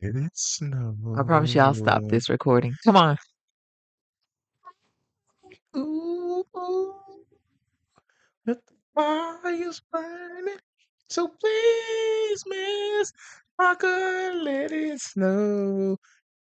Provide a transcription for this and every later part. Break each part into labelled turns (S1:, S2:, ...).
S1: It's no
S2: I promise you, I'll stop
S1: more.
S2: this recording. Come on. Ooh,
S1: The fire's burning, so please, Miss Parker, let it snow.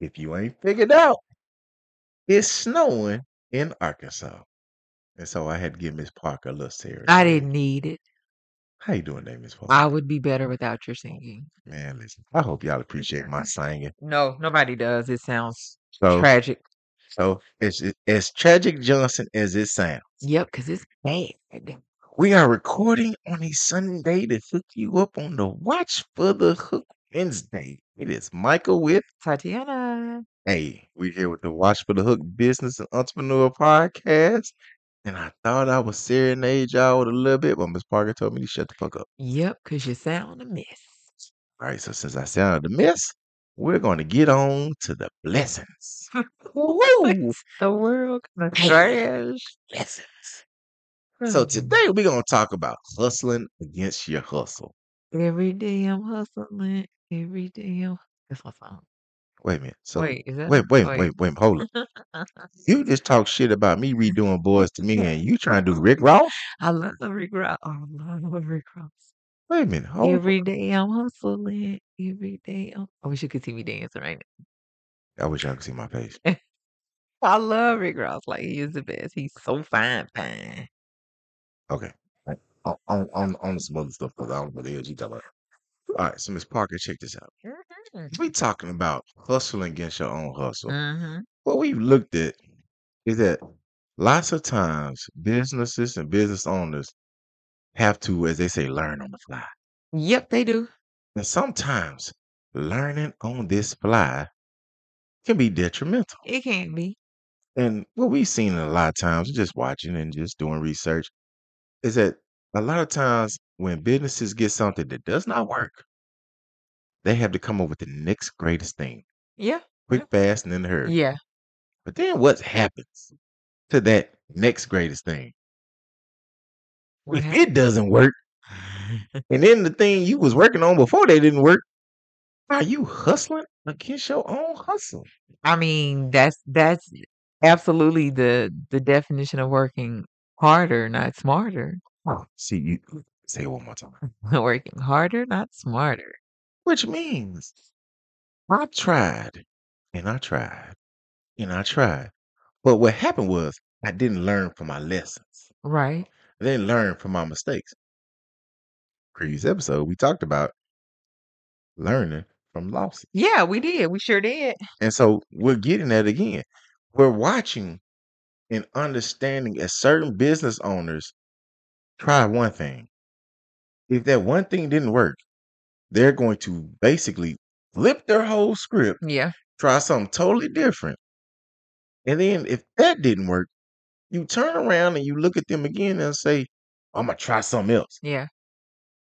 S1: If you ain't figured out, it's snowing in Arkansas, and so I had to give Miss Parker a little
S2: I
S1: seriously.
S2: didn't need it.
S1: How you doing, there, Miss Parker?
S2: I would be better without your singing.
S1: Man, listen, I hope y'all appreciate my singing.
S2: No, nobody does. It sounds
S1: So,
S2: tragic.
S1: so as as tragic Johnson as it sounds,
S2: Yep, because it's bad.
S1: we are recording on a Sunday to hook you up on the watch for the hook Wednesday. It is Michael with.
S2: Tatiana.
S1: Hey, we here with the Watch for the Hook Business and Entrepreneur Podcast. And I thought I was serenade y'all with a little bit, but Miss Parker told me to shut the fuck up.
S2: Yep, because you sound a mess.
S1: All right, so since I sounded a mess, we're going to get on to the blessings. Woo!
S2: the world gonna
S1: Hey.
S2: trash.
S1: Blessings. So
S2: Mm-hmm.
S1: today we're going to talk about hustling against your hustle.
S2: Every day I'm hustling. Every day I'm. That's my song.
S1: Wait a minute. So
S2: Wait, is that?
S1: wait, wait,
S2: Wait.
S1: wait, wait, hold up. You just talk shit about me redoing Boys to Me and you trying to do Rick Ross?
S2: I love Rick Ross. Oh, I love Rick Ross.
S1: Wait a minute. Hold up.
S2: Every day I'm hustling. Every day I'm. Oh, I wish you could see me dancing right
S1: I wish y'all could see my face.
S2: now. I love Rick Ross. Like he is the best. He's so fine, fine.
S1: Okay. Right. On on on, on some other stuff because I don't know the hell you talking about. All right, so Miss Parker, check this out.
S2: Mhm.
S1: We talking about hustling against your own hustle.
S2: Mhm.
S1: What we've looked at is that lots of times businesses and business owners have to, as they say, learn on the fly.
S2: Yep, they do.
S1: And sometimes learning on this fly can be detrimental.
S2: It can be.
S1: And what we've seen a lot of times, just watching and just doing research, is that a lot of times when businesses get something that does not work, they have to come up with the next greatest thing,
S2: Yeah.
S1: quick, fast, and in a hurry.
S2: Yeah.
S1: But then what happens to that next greatest thing?
S2: What
S1: If
S2: happened?
S1: it doesn't work, and then the thing you was working on before they didn't work, are you hustling against your own hustle?
S2: I mean, that's that's absolutely the the definition of working harder, not smarter.
S1: Oh, see you say it one more time.
S2: working harder, not smarter.
S1: Which means I tried and I tried and I tried. But what happened was I didn't learn from my lessons.
S2: Right.
S1: I didn't learn from my mistakes. Previous episode, we talked about learning from losses.
S2: Yeah, we did. We sure did.
S1: And so we're getting that again. We're watching and understanding as certain business owners try one thing. If that one thing didn't work, they're going to basically flip their whole script,
S2: Yeah.
S1: try something totally different. And then if that didn't work, you turn around and you look at them again and say, I'm going to try something else.
S2: Yeah.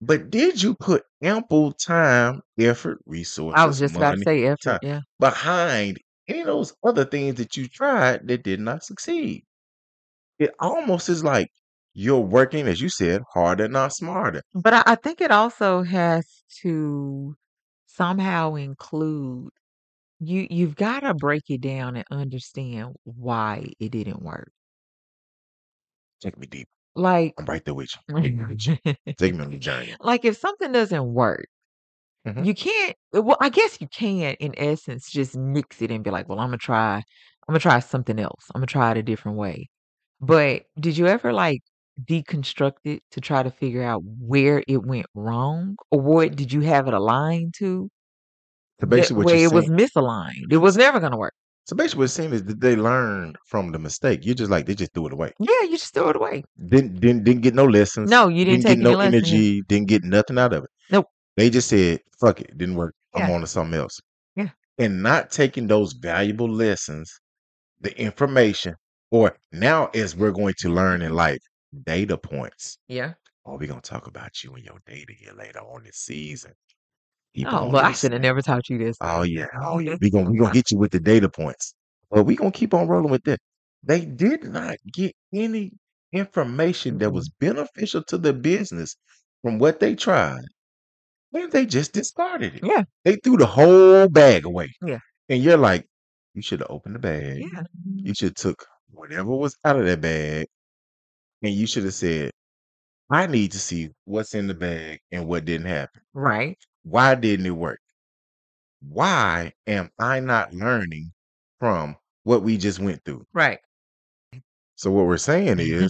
S1: But did you put ample time, effort,
S2: I was
S1: resources,
S2: just about to
S1: money,
S2: say effort.
S1: time
S2: Yeah.
S1: behind any of those other things that you tried that did not succeed? It almost is like you're working, as you said, harder, not smarter.
S2: But I, I think it also has to somehow include you you've got to break it down and understand why it didn't work.
S1: Take me deep.
S2: Like
S1: I'm right there with you. Take me on the journey.
S2: like if something doesn't work,
S1: hmm
S2: you can't uh, well i guess you can in essence just mix it and be like well i'm gonna try i'm gonna try something else i'm gonna try it a different way but did you ever like deconstruct it to try to figure out where it went wrong or what did you have it aligned to
S1: So
S2: that
S1: basically, what you're
S2: way it was
S1: saying.
S2: misaligned it was never gonna work
S1: So basically, what it's saying is that they learned from the mistake. You're just like they just threw it away.
S2: yeah you just threw it away
S1: Didn't didn't didn't get no lessons.
S2: no you didn't
S1: Didn't get
S2: take
S1: no
S2: any lesson yeah
S1: energy. Didn't get nothing out of it.
S2: nope
S1: They just said, "Fuck it, didn't work. I'm
S2: yeah
S1: on to something else."
S2: yeah
S1: And not taking those valuable lessons, the information, or now as we're going to learn in life, data points.
S2: yeah
S1: Oh, we're gonna talk about you and your data here later on this season. Keep
S2: oh
S1: on
S2: look i should have
S1: listening.
S2: never taught you this
S1: Oh yeah. Oh yeah. We're gonna we gonna get you with the data points. But we're gonna keep on rolling with that. They did not get any information that
S2: Mm-mm.
S1: was beneficial to the business from what they tried. And they just discarded it.
S2: Yeah.
S1: They threw the whole bag away.
S2: Yeah.
S1: And you're like, you should have opened the bag.
S2: Yeah.
S1: You should have took whatever was out of that bag. And you should have said, I need to see what's in the bag and what didn't happen.
S2: Right.
S1: Why didn't it work? Why am I not learning from what we just went through?
S2: Right.
S1: So what we're saying is,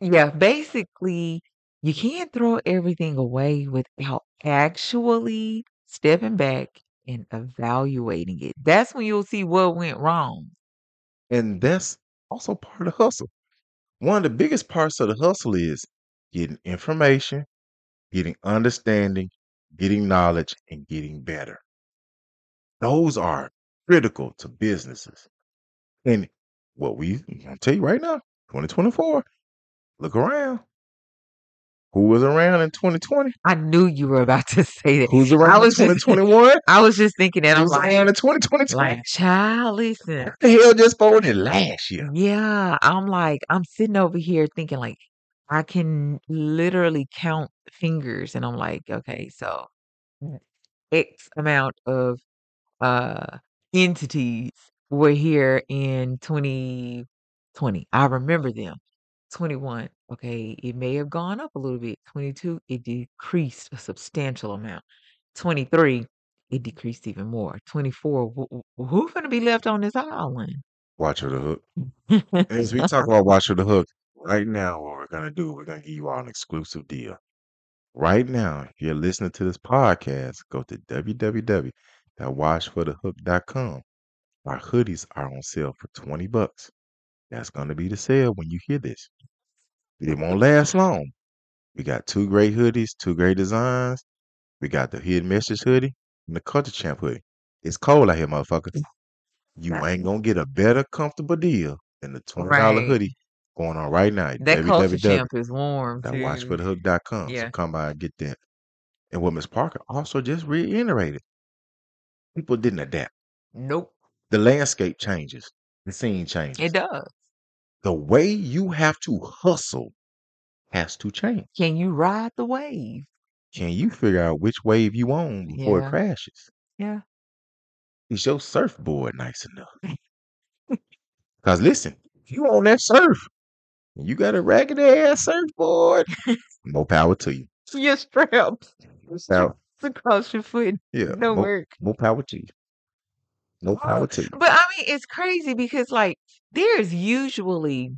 S2: Yeah. Basically, you can't throw everything away without actually stepping back and evaluating it. That's when you'll see what went wrong.
S1: and that's also part of the hustle. One of the biggest parts of the hustle is getting information, getting understanding, getting knowledge, and getting better. Those are critical to businesses. And what we I'll tell you right now, 2024, look around. Who was around in 2020?
S2: I knew you were about to say that.
S1: Who's around
S2: I
S1: in
S2: was just-
S1: 2021?
S2: I was just thinking that. I'm
S1: Who's
S2: like,
S1: around in 2022?
S2: like, child, listen.
S1: the hell just voted last year?
S2: Yeah, I'm like, I'm sitting over here thinking like I can literally count fingers and I'm like, okay, so n- X amount of uh entities were here in 2020. I remember them. 21, okay, it may have gone up a little bit. 22, it decreased a substantial amount. 23, it decreased even more. 24, wh- wh- who going to be left on this island?
S1: Watcher the Hook. As we talk about Watcher the Hook, right now, what we're going to do, we're going to give you all an exclusive deal. Right now, if you're listening to this podcast, go to www.watchforthehook.com. Our hoodies are on sale for 20 bucks. That's going to be the sale when you hear this. It won't last long. We got two great hoodies, two great designs. We got the Hidden Message hoodie and the Culture Champ hoodie. It's cold out here, motherfucker. You ain't going to get a better, comfortable deal than the $20
S2: Right.
S1: hoodie going on right now at
S2: That culture
S1: www.
S2: champ is warm
S1: that
S2: too.
S1: watchforthehook.com. So
S2: Yeah.
S1: come by and get that. And what Ms. Parker also just reiterated, people didn't adapt.
S2: Nope.
S1: The landscape changes, the scene
S2: It
S1: changes.
S2: does.
S1: The way you have to hustle has to change.
S2: Can you ride the wave?
S1: Can you figure out which wave you on before it
S2: Yeah.
S1: crashes?
S2: Yeah.
S1: Is your surfboard nice enough? Because listen, if you on that surf and you got a raggedy ass surfboard, more power to you.
S2: Your straps. Your
S1: Now,
S2: straps across your foot.
S1: yeah,
S2: No
S1: more,
S2: work.
S1: more power to you. No power
S2: Oh,
S1: to you.
S2: But I mean, it's crazy because like there's usually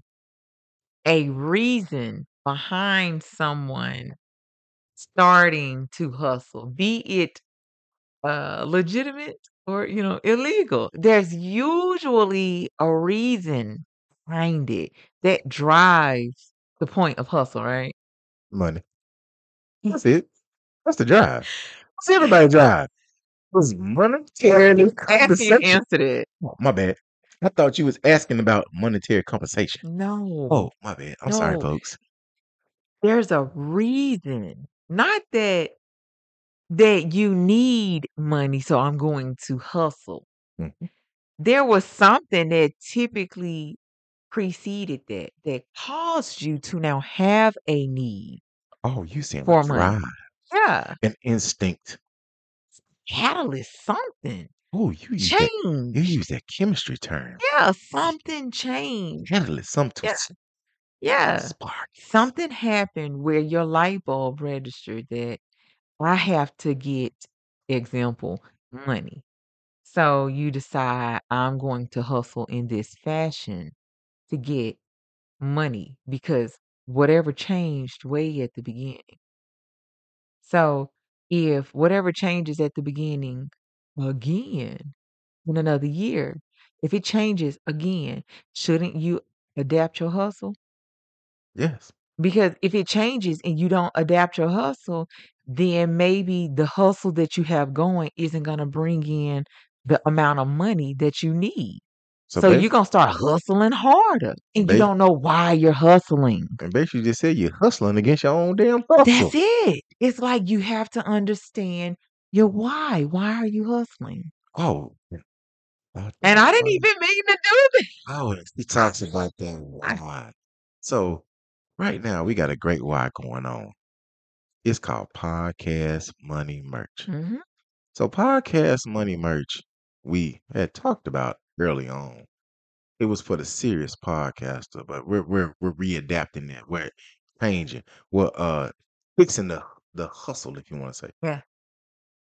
S2: a reason behind someone starting to hustle, be it uh legitimate or you know illegal there's usually a reason behind it that drives the point of hustle right
S1: Money. That's it. That's the drive. That's everybody drive. This monetary
S2: ask you to
S1: compensation.
S2: answer that
S1: Oh, my bad. I thought you was asking about monetary compensation.
S2: no
S1: Oh, my bad. I'm sorry,
S2: no
S1: folks.
S2: there's a reason not that that you need money so i'm going to hustle
S1: Mhm.
S2: there was something that typically preceded that that caused you to now have a need
S1: Oh, you saying a
S2: for money
S1: drive,
S2: yeah
S1: an instinct.
S2: catalyst, something
S1: Oh, you use that. You
S2: change.
S1: use that chemistry term.
S2: Yeah, something changed.
S1: Catalyst, some
S2: Yeah,
S1: twist.
S2: yeah.
S1: Spark.
S2: Something happened where your light bulb registered that I have to get, example, money. So you decide I'm going to hustle in this fashion to get money because whatever changed way at the beginning. So if whatever changes at the beginning again in another year, if it changes again, shouldn't you adapt your hustle?
S1: Yes.
S2: Because if it changes and you don't adapt your hustle, then maybe the hustle that you have going isn't going to bring in the amount of money that you need.
S1: So
S2: So you're
S1: basically,
S2: going to start hustling harder and you
S1: bas-
S2: don't know why you're hustling.
S1: and basically, you just said you're hustling against your own damn hustle.
S2: That's it. It's like you have to understand your why. Why are you hustling?
S1: Oh, yeah. I
S2: And
S1: think
S2: I didn't
S1: so.
S2: even mean to do this.
S1: Oh, he talks about that
S2: I-
S1: why. So right now we got a great why going on. It's called Podcast Money Merch.
S2: hmm
S1: So, Podcast Money Merch, we had talked about early on. It was for the serious podcaster, but we're we're we're readapting that. We're changing. We're uh fixing the the hustle, if you want to say.
S2: Yeah.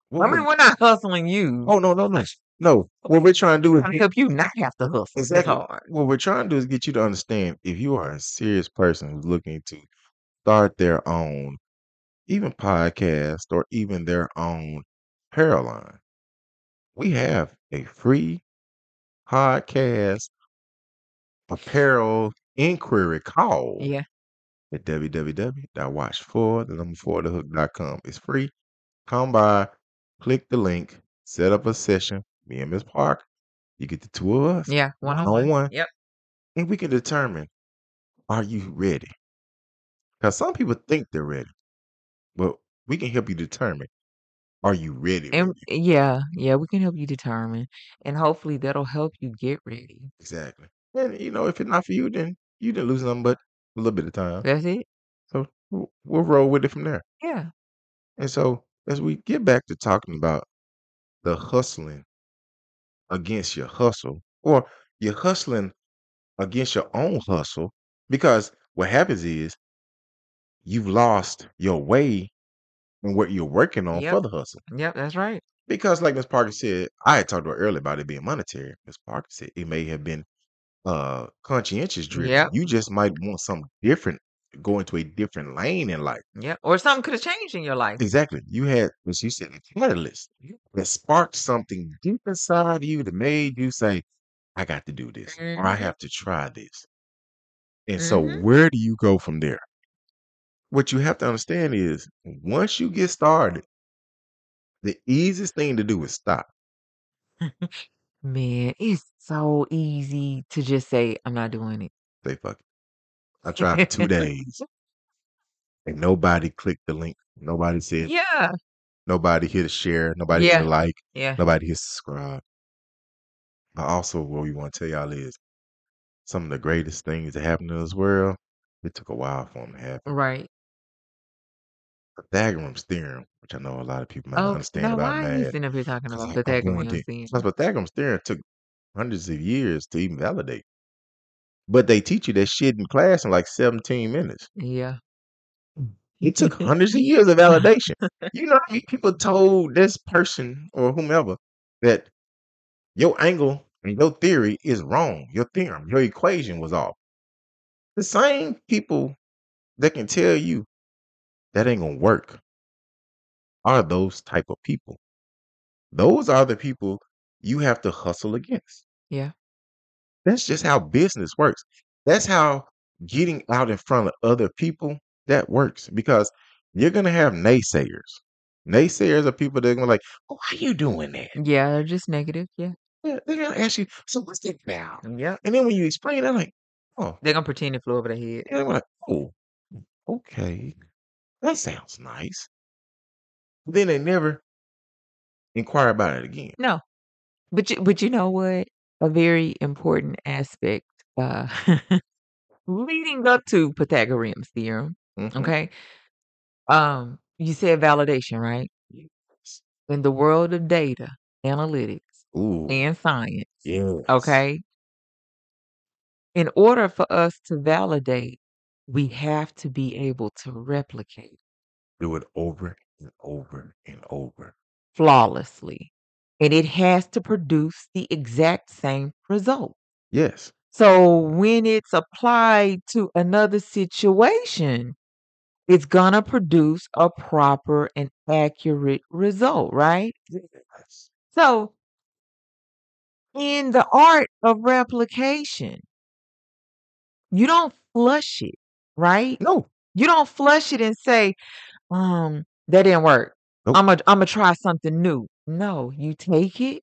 S1: What
S2: I mean,
S1: we're-
S2: we're not hustling you.
S1: oh no, no, no, no. What we're trying to do is
S2: trying to
S1: get-
S2: help you not have to hustle as
S1: Exactly.
S2: hard.
S1: What we're trying to do is get you to understand if you are a serious person who's looking to start their own, even podcast or even their own hair line, we have a free podcast apparel inquiry call
S2: Yeah.
S1: at www.watch4, the number 4, the hook.com. It's free. Come by, click the link, set up a session. Me and Ms. Park, you get the two of us,
S2: Yeah. One on one.
S1: one-on-one.
S2: Yep.
S1: and we can determine are you ready? Because some people think they're ready, but we can help you determine are you ready?
S2: And
S1: ready?
S2: yeah, yeah, we can help you determine. And hopefully that'll help you get ready.
S1: Exactly. And you know, if it's not for you, then you didn't lose nothing but a little bit of time.
S2: That's it.
S1: So we'll we'll roll with it from there.
S2: Yeah.
S1: And so as we get back to talking about the hustling against your hustle, or you're hustling against your own hustle, because what happens is you've lost your way and what you're working on
S2: Yep.
S1: for the hustle.
S2: Yep. That's right.
S1: Because, like Ms. Parker said, I had talked about earlier about it being monetary. Ms. Parker said it may have been uh conscientious driven.
S2: Yep.
S1: You just might want something different, go into a different lane in life.
S2: Yep. Or something could have changed in your life.
S1: Exactly. You had, as you said, a catalyst
S2: Yep.
S1: that sparked something deep inside of you that made you say, I got to do this, or I
S2: Mhm.
S1: have to try this. And so,
S2: Mhm.
S1: where do you go from there? What you have to understand is once you get started, the easiest thing to do is stop.
S2: Man, it's so easy to just say I'm not doing
S1: Say, fuck it. I tried for two
S2: it.
S1: days. and nobody clicked the link. Nobody said,
S2: yeah.
S1: nobody hit a share, nobody hit a
S2: Yeah.
S1: like,
S2: Yeah.
S1: nobody hit subscribe. But also, what we want to tell y'all is some of the greatest things that happened to this world, it took a while for them to happen.
S2: Right.
S1: Pythagoras theorem, which I know a lot of people might not
S2: Oh
S1: understand
S2: now
S1: about
S2: why are you
S1: math,
S2: sitting up here talking
S1: because
S2: about
S1: I, I'm going
S2: Pythagorean
S1: to.
S2: theorem?
S1: Plus, Pythagoras theorem took hundreds of years to even validate. But they teach you that shit in class in like 17 minutes.
S2: Yeah.
S1: It took hundreds of years of validation. You know how many people told this person or whomever that your angle and your theory is wrong. Your theorem, your equation was off. The same people that can tell you that ain't gonna work are those type of people. Those are the people you have to hustle against.
S2: yeah.
S1: That's just how business works. That's how getting out in front of other people that works because you're gonna have naysayers. Naysayers are people that are gonna be like, "Oh, how you doing that?"
S2: Yeah, they're just negative. Yeah.
S1: Yeah, they're gonna ask you, "So what's that about?"
S2: Yep.
S1: And then when you explain, they're like, "Oh,
S2: They're gonna pretend it flew over their head.
S1: And I'm like, oh, okay, that sounds nice. Then they never inquire about it again.
S2: No. But you, but you know what? A very important aspect uh, leading up to Pythagorean's theorem.
S1: Mhm.
S2: Okay. Um, you said validation, right?
S1: Yes.
S2: In the world of data, analytics,
S1: Ooh,
S2: and science,
S1: yes.
S2: okay, in order for us to validate, we have to be able to replicate
S1: Do it over and over and over.
S2: flawlessly. And it has to produce the exact same result.
S1: Yes.
S2: So when it's applied to another situation, it's going to produce a proper and accurate result, right?
S1: Yes.
S2: So in the art of replication, you don't flush it, right?
S1: No.
S2: You don't flush it and say, um, that didn't work.
S1: Nope.
S2: I'm going to I'm going to try something new. No, you take it,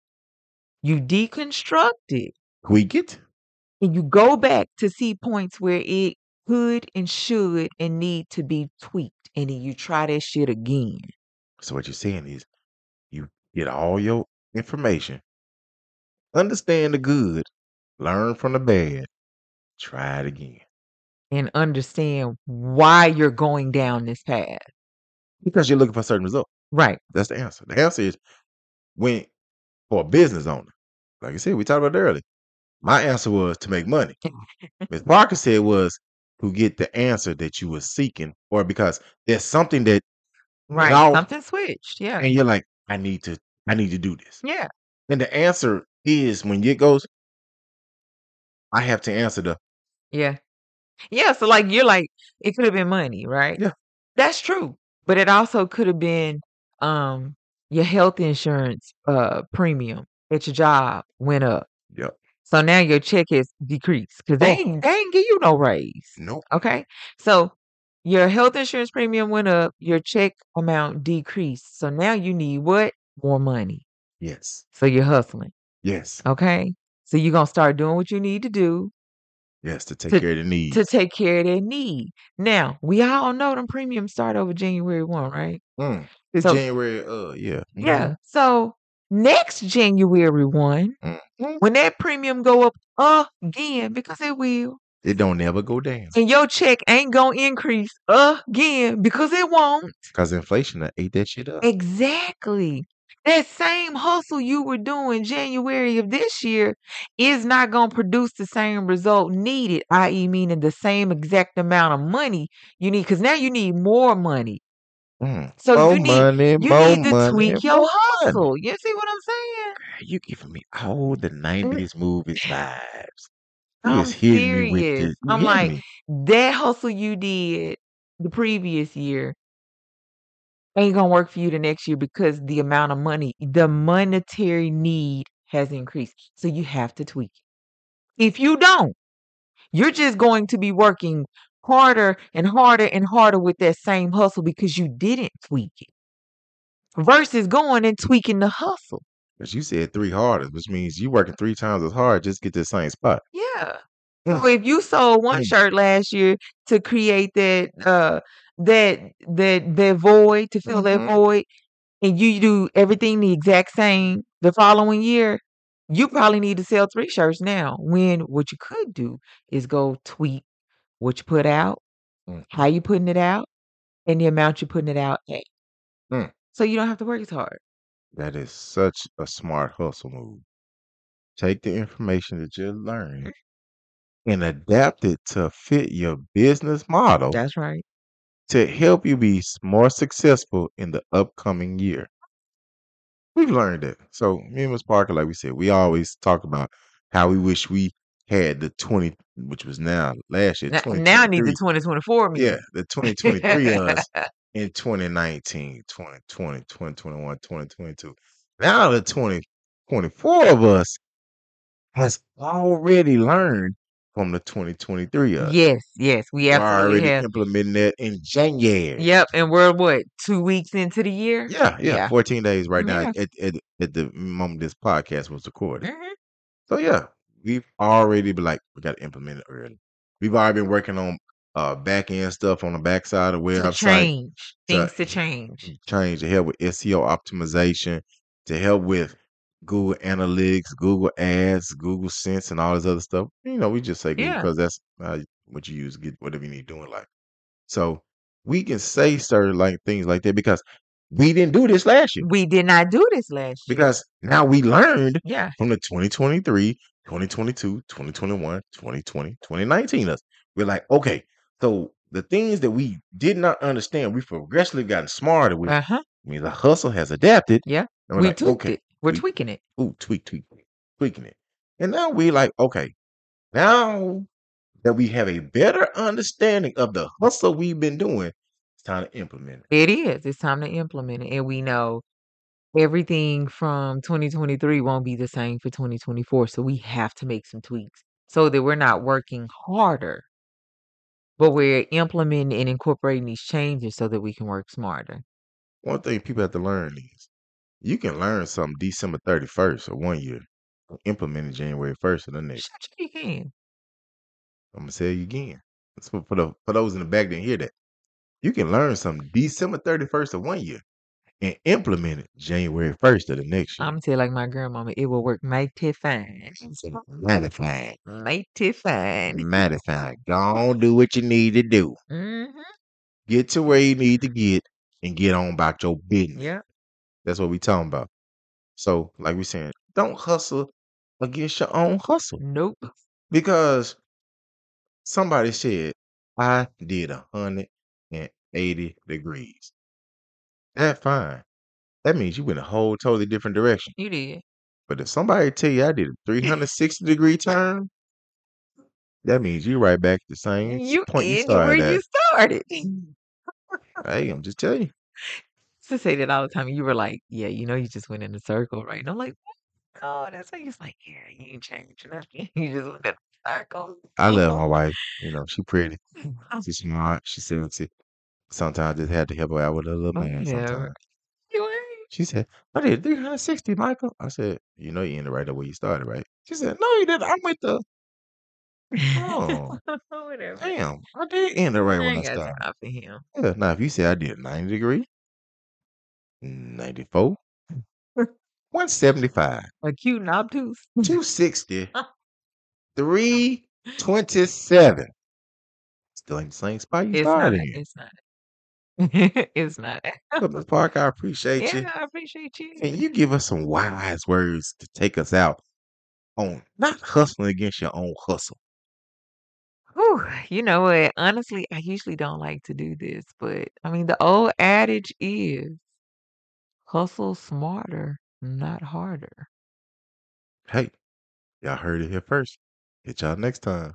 S2: you deconstruct it,
S1: Tweak it.
S2: and you go back to see points where it could and should and need to be tweaked and then you try that shit again
S1: So what you're saying is you get all your information, understand the good, learn from the bad, try it again.
S2: and understand why you're going down this path
S1: because you're looking for a certain result.
S2: Right.
S1: That's the answer. The answer is when for a business owner. Like I said, we talked about it earlier. My answer was to make money. Ms. Parker said was to get the answer that you were seeking, or because there's something that
S2: Right.
S1: Now-
S2: Something switched. Yeah.
S1: and you're like, I need to, I need to do this.
S2: Yeah.
S1: And the answer is when it goes, I have to answer the
S2: Yeah. Yeah. So like you're like, it could have been money, right?
S1: Yeah.
S2: That's true. But it also could have been um your health insurance uh premium at your job went up.
S1: Yep.
S2: So now your check is decreased because they,
S1: Oh.
S2: ain't- they ain't give you no raise.
S1: nope.
S2: Okay. So your health insurance premium went up, your check amount decreased. So now you need what? More money.
S1: Yes.
S2: So you're hustling.
S1: Yes.
S2: Okay. So you're going to start doing what you need to do
S1: Yes. To take
S2: To-
S1: care of the need.
S2: to take care of that need. Now, we all know them premiums start over January 1, right?
S1: Mm. It's
S2: So-
S1: January. Uh. Yeah. Mhm.
S2: Yeah. So next January 1,
S1: Mhm.
S2: when that premium go up again, because it will,
S1: It don't ever go down
S2: and your check ain't going to increase again because it won't.
S1: because inflation done ate that shit up.
S2: Exactly. That same hustle you were doing January of this year is not going to produce the same result needed, i.e., meaning the same exact amount of money you need, because now you need more money.
S1: Mm.
S2: So
S1: More
S2: you need,
S1: money.
S2: you
S1: more
S2: need to
S1: money.
S2: tweak your
S1: more money.
S2: hustle. You see what I'm saying?
S1: You giving me all the nineties movies vibes. You
S2: Mm. I'm
S1: just hitting me with
S2: serious.
S1: this. You
S2: I'm
S1: hitting
S2: like-
S1: me.
S2: That hustle you did the previous year ain't going to work for you the next year because the amount of money, the monetary need has increased. So you have to tweak it. If you don't, you're just going to be working harder and harder and harder with that same hustle because you didn't tweak it versus going and tweaking the hustle.
S1: But you said three harder, which means you working three times as hard just to get to the same spot.
S2: Yeah.
S1: Mm.
S2: So if you sold one
S1: Mm.
S2: shirt last year to create that uh that that that void to fill
S1: Mhm.
S2: that void and you do everything the exact same the following year, you probably need to sell three shirts now. When what you could do is go tweak what you put out,
S1: Mm.
S2: how you putting it out, and the amount you're putting it out at.
S1: Mm.
S2: So you don't have to work as hard.
S1: That is such a smart hustle move. Take the information that you're learning and adapt it to fit your business model
S2: That's right.
S1: to help you be s- more successful in the upcoming year. We've learned that. So me and Ms. Parker, like we said, we always talk about how we wish we had the 20, which was now last year,
S2: Now, now I need the
S1: 2023.
S2: 2024 me.
S1: Yeah, the 2023 us in 2019, 2020, 2021, 2022. Now the 2024 of us has already learned from the 2023 us.
S2: yes, yes, we
S1: We're
S2: absolutely
S1: already
S2: have.
S1: implementing that in January.
S2: Yep, and we're what two weeks into the year?
S1: Yeah, yeah, 14 days right now
S2: Yeah.
S1: at, at, at the moment this podcast was recorded.
S2: Mhm.
S1: So yeah, we've already been like we got to implement it early. We've already been working on uh back end stuff on the backside of
S2: To
S1: website
S2: change things to
S1: Mm-hmm.
S2: change.
S1: change to help with SEO optimization, to help with Google Analytics, Google Ads, Google Sense, and all this other stuff. You know, we just say Google
S2: Yeah.
S1: because that's uh, what you use to get whatever you need doing like. So we can say certain like things like that because we didn't do this last year.
S2: We did not do this last year.
S1: Because now we learned
S2: Yeah.
S1: from the 2023, 2022, 2021, 2020, 2019 us. We're like, okay, so the things that we did not understand, we've progressively gotten smarter with.
S2: Uh huh.
S1: I mean, the hustle has adapted.
S2: Yeah.
S1: And we're
S2: We
S1: like,
S2: tweaked
S1: okay,
S2: it. We're
S1: we-
S2: tweaking it.
S1: ooh, tweak, tweak, tweak, tweaking it. And now we like, okay, now that we have a better understanding of the hustle we've been doing, it's time to implement it.
S2: It is. It's time to implement it, and we know everything from 2023 won't be the same for 2024. So we have to make some tweaks so that we're not working harder, but we're implementing and incorporating these changes so that we can work smarter.
S1: One thing people have to learn is you can learn something December 31st of one year, implement it January 1st of the next.
S2: Shut your can.
S1: I'm
S2: I'm
S1: gonna tell you again. That's for, for the for those in the back that didn't hear that. You can learn something December 31st of one year and implement it January 1st of the next year.
S2: gonna tell you like my grandmama, it will work mighty fine.
S1: Matter
S2: Mighty fine.
S1: of fact, go on do what you need to do.
S2: Mm-hmm.
S1: Get to where you need to get and get on about your business.
S2: Yeah.
S1: That's what we talking about. So, like we saying, don't hustle against your own hustle
S2: Nope.
S1: because somebody said I did a hundred and eighty degrees. That fine. That means you went a whole totally different direction.
S2: You did.
S1: But if somebody tell you I did a three hundred sixty degree turn, that means you right back to the same
S2: You
S1: point you
S2: end where
S1: started
S2: you
S1: at.
S2: started.
S1: Hey, I'm just telling you.
S2: to say that all the time. You were like, yeah, you know, you just went in a circle, right? And I'm like, "What? no, that's why he's like, yeah, you ain't changed nothing. You just went in a circle.
S1: I love my wife. You know, she pretty.
S2: Oh.
S1: She's smart. She's sexy. Sometimes I just had to help her out with a little
S2: Oh,
S1: man.
S2: yeah.
S1: Sometimes
S2: You ain't.
S1: she said, "I did 360, Michael." I said, "You know, you ended right up where you started, right?" She said, "No, you didn't. I went the oh
S2: Whatever.
S1: damn, I did end it right
S2: I
S1: when I
S2: ain't got
S1: started."
S2: time for him.
S1: Yeah, now if you say I did 90 degree, 94, 175,
S2: Acute and obtuse.
S1: 260, 327. Still ain't the same spot you
S2: It's not.
S1: started in.
S2: It's not. it's not.
S1: But Miss Parker, I appreciate you.
S2: Yeah, I appreciate you.
S1: Can you give us some wise words to take us out on not hustling against your own hustle?
S2: Whew, you know what? Honestly, I usually don't like to do this, but I mean, the old adage is hustle smarter, not harder.
S1: Hey, y'all heard it here first. Hit y'all next time.